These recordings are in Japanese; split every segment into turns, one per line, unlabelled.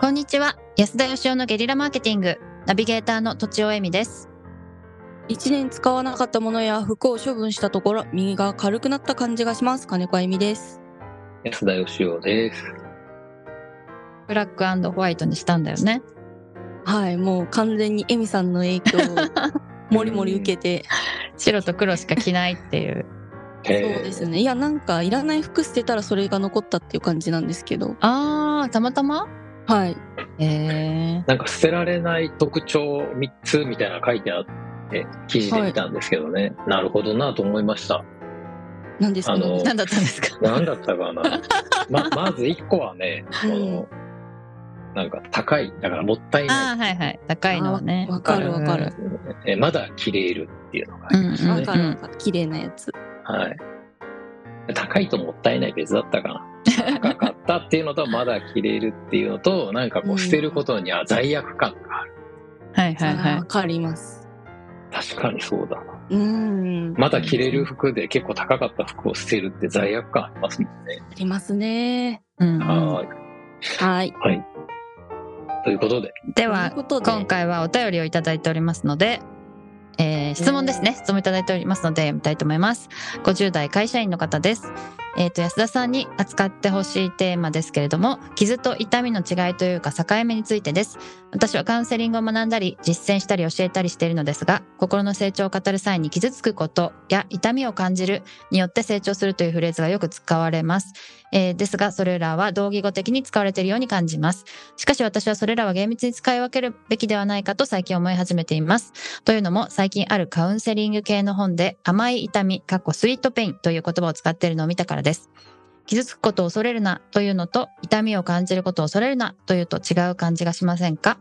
こんにちは安田義雄のゲリラマーケティングナビゲーターの土尾恵美です
1年使わなかったものや服を処分したところ右が軽くなった感じがします金子あゆみです
安田義雄です。
ブラックホワイトにしたんだよね
はいもう完全にエミさんの影響を もりもり受けて、
白と黒しか着ないっていう
え
そうですねいやなんかいらない服捨てたらそれが残ったっていう感じなんですけど
あーたまたま
はい
へえ
なんか捨てられない特徴3つみたいなの書いてあって、記事で見たんですけどね、なるほどなと思いました。
なんですか
あの
ね
何だったんですか
なんだったかなままず1個はね、このなんか高い、だからもったいな
あーはいはい高いのはね
あわかるわかる
い、えまだ着れるっていうのがあ
う
り
んう
ました
んう
わ
ん
ね。
かるわかる綺麗なやつ
はい高いともったいない別だったかな高かったっていうのとまだ着れるっていうのとなんかこう捨てることには罪悪感がある
はいはい
あー
は
わかります
確かにそうだな
うーん
まだ着れる服で結構高かった服を捨てるって罪悪感ありますもんね。
ありますね
い、うんうん、
はい
はい
ということで、
では
ということで
今回はお便りをいただいておりますので、えー質問ですね質問いただいておりますので読みたいと思います50代会社員の方ですえっ、と安田さんに扱ってほしいテーマですけれども傷と痛みの違いというか境目についてです私はカウンセリングを学んだり実践したり教えたりしているのですが心の成長を語る際に傷つくことや痛みを感じるによって成長するというフレーズがよく使われます、えーですがそれらは同義語的に使われているように感じますしかし私はそれらは厳密に使い分けるべきではないかと最近思い始めています。というのも最近あるカウンセリング系の本で甘い痛み、かっこスイートペインという言葉を使っているのを見たからです。傷つくことを恐れるなというのと痛みを感じることを恐れるなというと違う感じがしませんか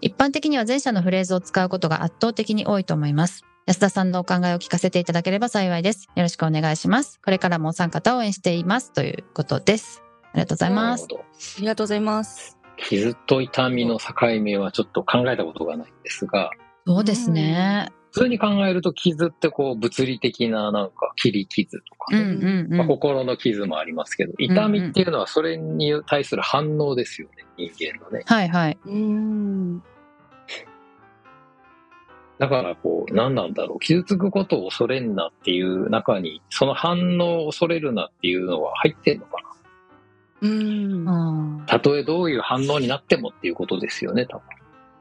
一般的には前者のフレーズを使うことが圧倒的に多いと思います。安田さんのお考えを聞かせていただければ幸いです。よろしくお願いします。これからもお三方を応援していますということです。ありがとうございま
なる
す
ほ。ど
ありがとうございます
傷と痛みの境目はちょっと考えたことがないんですが、
そうですね。
普通に考えると傷ってこう物理的ななんか切り傷とか
うん
ね、
うんうん
まあ、心の傷もありますけど、痛みっていうのはそれに対する反応ですよね、人間のね。
はいはい。
うーん
だからこう、何なんだろう、傷つくことを恐れんなっていう中に、その反応を恐れるなっていうのは入ってんのかな。
うーん
あ
たとえどういう反応になってもっていうことですよね、多分。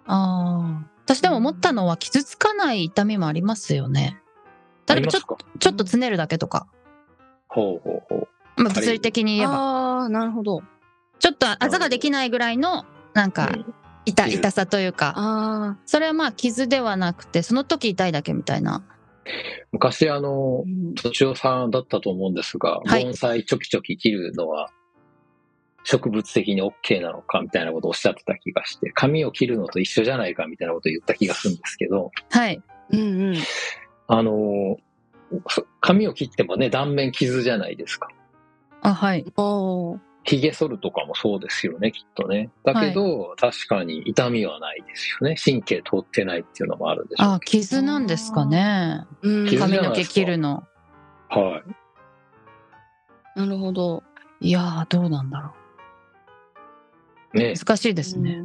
あ。私でも思ったのは傷つかない痛みもありますよね。
あ
例えば
りま
ちょ
すか
ちょっとつねるだけとか、
ほうほうほう。
まあ、物理的に言えば、
ああなるほど
ちょっとあざができないぐらいのなんか
うん
痛
傷
痛さというか、
あ
それはまあ傷ではなくて、その時痛いだけみたいな。
昔、あ
あ
の、とちおさんだったと思うんですが、
はい
盆栽ちょきちょき切るのは植物的に OK なのかみたいなことをおっしゃってた気がして、髪を切るのと一緒じゃないかみたいなことを言った気がするんですけど、
はい。
うんうん
あの、そ髪を切ってもね、断面傷じゃないですか。
あ、はい。
おー
髭剃るとかもそうですよね、きっとね。だけど、確かに痛みはないですよね。神経通ってないっていうのもあるんでしょ
あ、傷なんですかね。
うん
傷じ
髪
ゃない
の毛切るの。
う。はい。
なるほど
いやー、どうなんだろ
ね
う。難しいで
です
ね。。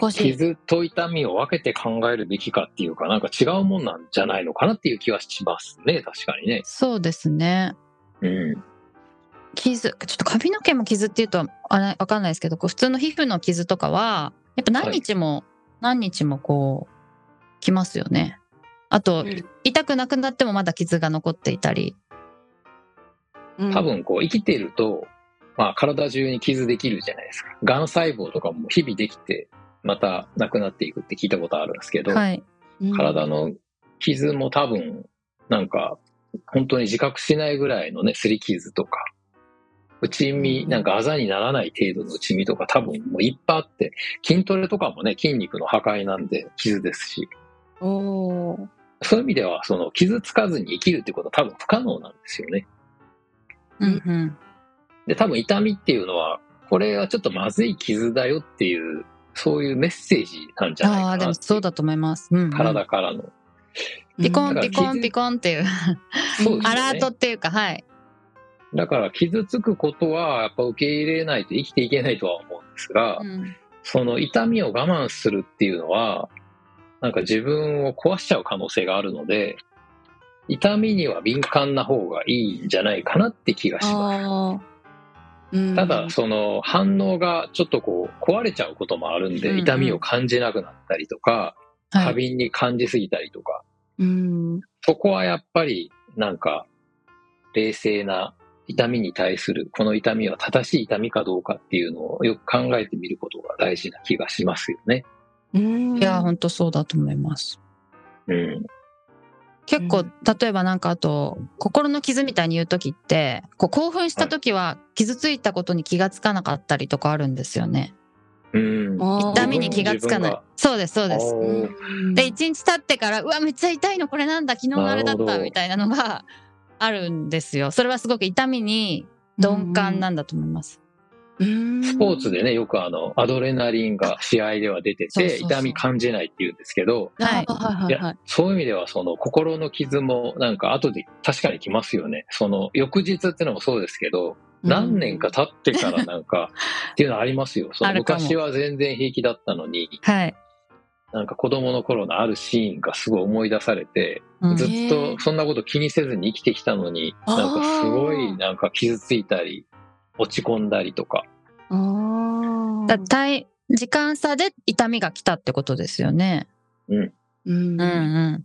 難しい。
傷と痛みを分けて考えるべきかっていうか、なんか違うもんなんじゃないのかなっていう気はしますね、確かにね。
そうですね。
うん。
傷ちょっと髪の毛も傷っていうとあれわかんないですけどこう普通の皮膚の傷とかはやっぱ何日も、何日もこうきますよねあと、
うん
痛くなくなってもまだ傷が残っていたり
うん
多。分こう、生きてると、まあ、体中に傷できるじゃないですか。がん細胞とかも日々できて、またなくなっていくって聞いたことあるんですけど、
はい
うん
体。の傷も多分、なんか、本当に自覚しないぐらいのね、擦り傷とか、内身、なんかあざにならない程度の内身とか多分もういっぱいあって、筋トレとかもね、筋肉の破壊なんで傷ですし、
おー
そういう意味では、その、傷つかずに生きるってことは多分不可能なんですよね。
うんうん
で、多分痛みっていうのは、これはちょっとまずい傷だよっていう、そういうメッセージなんじゃない
あ
かな
あー
って
で
い
もそうだと思います、うんうん
体からの。
ピコ
う
ン
ん
ピコンピコンっていう
そうですよね
アラートっていうかはい
だから傷つくことはやっぱ受け入れないと生きていけないとは思うんですが、
うん
その痛みを我慢するっていうのは、なんか自分を壊しちゃう可能性があるので、痛みには敏感な方がいいんじゃないかなって気がします。
あーうん
ただ、その反応がちょっとこう壊れちゃうこともあるん
うんう
で、
ん
痛みを感じなくなったりとか、
は
過
い。
敏に感じすぎたりとか、
うん
そこはやっぱりなんか冷静な痛みに対する、この痛みは正しい痛みかどうかっていうのをよく考えてみることが大事な気がしますよね。
うん
いや、本当そうだと思います。
うん。
結構、
うん
例えばなんかあと、心の傷みたいに言うときって、こう興奮したときは傷ついたことに気がつかなかったりとかあるんですよね。
うん。
あー
痛みに気がつかな
自分
い
が。
そうです、そうです。
うん
うん
で、一日経ってから、うわ、めっちゃ痛いの、これなんだ、昨日のあれだっ
なるほ
た、
ど
みたいなのが あるんですよ。それはすごく痛みに鈍感なんだと思います。
うん
スポーツでね、よくあの、アドレナリンが試合では出て
そう
て、
そうそう
痛み感じないって言うんですけど、
はい
あはいはいはい
そういう意味では、その心の傷もなんか後で確かに来ますよね。その翌日っていうのもそうですけど、何年か経ってからなんか、っていうのありますよ。そ
あ
の
るかも
昔は全然平気だったのに、
はい。
なんか子供の頃のあるシーンがすごい思い出されて、
うん
ずっとそんなこと気にせずに生きてきたのに、
あー
なんかすごいなんか傷ついたり、落ち込んだりとか。
あー
だ体時間差で痛みが来たってことですよね。
うん
うんう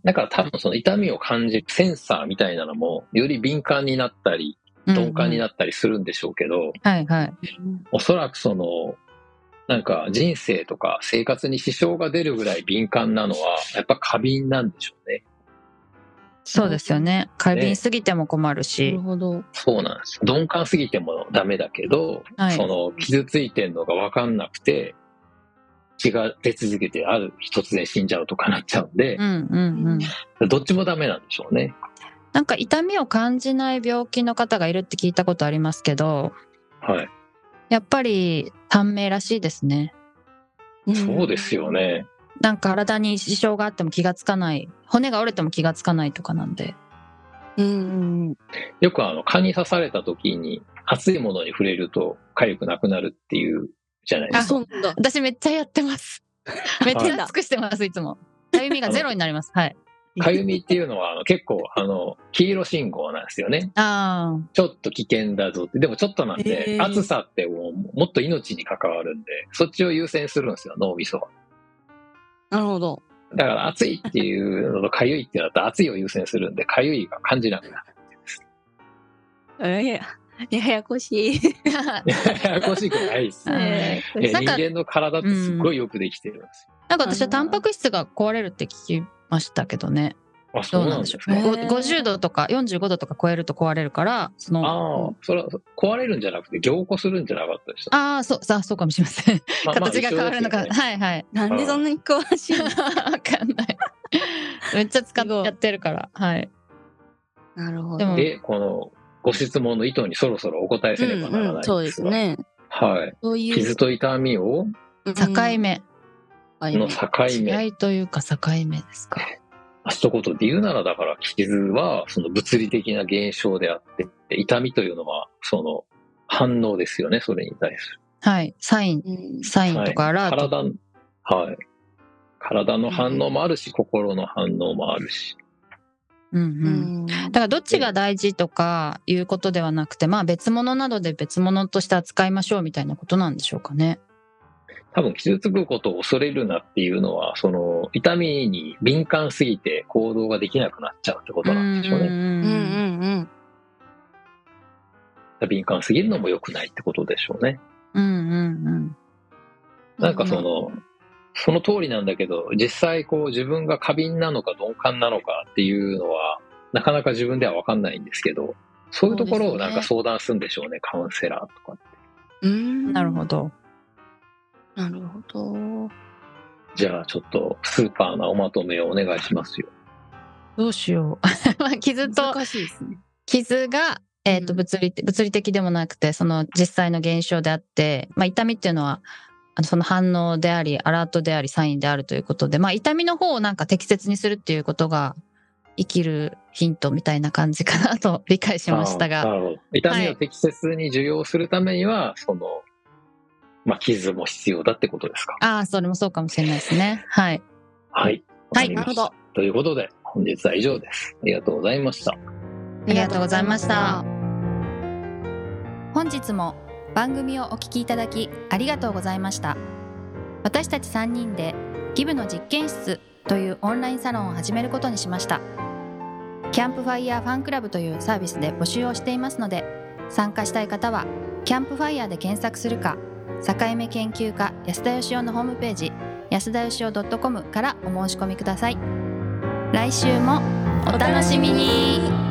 ん。
だから多分その痛みを感じるセンサーみたいなのも、より敏感になった
うんう
り、
ん
鈍感になったりするんでしょうけど、
はいはい。
おそらくその、なんか人生とか生活に支障が出るぐらい敏感なのは、やっぱ過敏なんでしょうね。
そうですよね。過敏すぎても困る
な
し。
るほど
そうなんです。鈍感すぎてもダメだけど、
はい
その傷ついてんのが分かんなくて、血が出続けてある日突然死んじゃうとかなっちゃうんで
う、んうんうん。
どっちもダメなんでしょうね。
なんか痛みを感じない病気の方がいるって聞いたことありますけど、
はい。
やっぱり短命らしいですね。
そうですよね。
なんか体に支障があっても気がつかない。骨が折れても気がつかないとかなんで。
うん
よくあの、蚊に刺された時に、熱いものに触れると痒くなくなるっていうじゃないで
あ
すか。
そうなんだ
私めっちゃやって ます。めっちゃ尽くしてます、いつも。かゆみがゼロになります。はい。
痒みっていうのはあの結構あの、黄色信号なんですよね。
ああ。
ちょっと危険だぞって。でもちょっとなんで、
へー
暑さってもうもっと命に関わるんで、そっちを優先するんですよ、脳みそは。
なるほど
だから暑いっていうのと痒いってなったら暑いを優先するんで、痒いが感じなくなる。
えやややこしい
ややこしくないで す
う。ん
え
い
ー
や
なん
人
か
間の体ってすっごいよくできてるんです
なんか私は
あのー
タンパク質が壊れるって聞きましたけどね。
よ。あ、そ
ど
う
うな
なんん
で
で
し
す
ょう。
ね。
ご50度とか45度とか超えると壊れるから、その、
ああ、それは壊れるんじゃなくて、凝固するんじゃなかったでした。
ああ、そう、さあ、そうかもしれません。
まあまあ
形が変わるのか。
一緒ですよね
はい はい。
なんでそんなに詳しいの
わかんない。めっちゃ使っ
すごい
やってるから。はい。
なるほ
でも
ど
で、このご質問の意図にそろそろお答えせねばなら
う
なんい
そう
が
です。ね
はい。
そういう
傷と痛みを
うん
境目。
境
の
目
境目。
違いというか境目ですか。
一言で言うなら、だから、傷は、その物理的な現象であって、痛みというのは、その、反応ですよね、それに対する。
はい。サイン、
うん
サインとかアラート。
体の、はい。体の反応もあるし、心の反応もあるし。
うん
う
うん。
ん
だからどっちが大事とかいうことではなくて、まあ別物などで別物として扱いましょうみたいなことなんでしょうかね。
多分、傷つくことを恐れるなっていうのは、その、痛みに敏感すぎて行動ができなくなっちゃうってことなんでしょうね。
うんうんうん
敏感すぎるのも良くないってことでしょうね。
うんうんうん。
なんかその、その通りなんだけど、実際こう自分が過敏なのか鈍感なのかっていうのは、なかなか自分では分かんないんですけど、そういうとこ
そ
ろを
うですね
なんか相談するんでしょうね、カウンセラーとか。
うん
なるほど。
なるほど
じゃあちょっとスーパーなおまとめをお願いしますよ。
どうしよう。 まあ傷と、
難しいですね
傷が、えっ、と、
うん
物理的、物理的でもなくて、その実際の現象であって、まあ痛みっていうのは、あのその反応であり、アラートであり、サインであるということで、まあ痛みの方をなんか適切にするっていうことが、生きるヒントみたいな感じかなと理解しました
あー
が。
なるほど痛みを適切に受容するためには、その、まあ、傷も必要だってことですか。
ああ、それもそうかもしれないですね。はい。
はい。
はい
わかりました
なるほ。
ということで、本日は以上です。ありがとうございました。
ありがとうございました。本日も番組をお聞きいただきありがとうございました。私たち3人でギブの実験室というオンラインサロンを始めることにしました。キャンプファイヤーファンクラブというサービスで募集をしていますので、参加したい方はキャンプファイヤーで検索するか、境目研究家安田義雄のホームページ安田義雄 .com からお申し込みください。来週もお楽しみに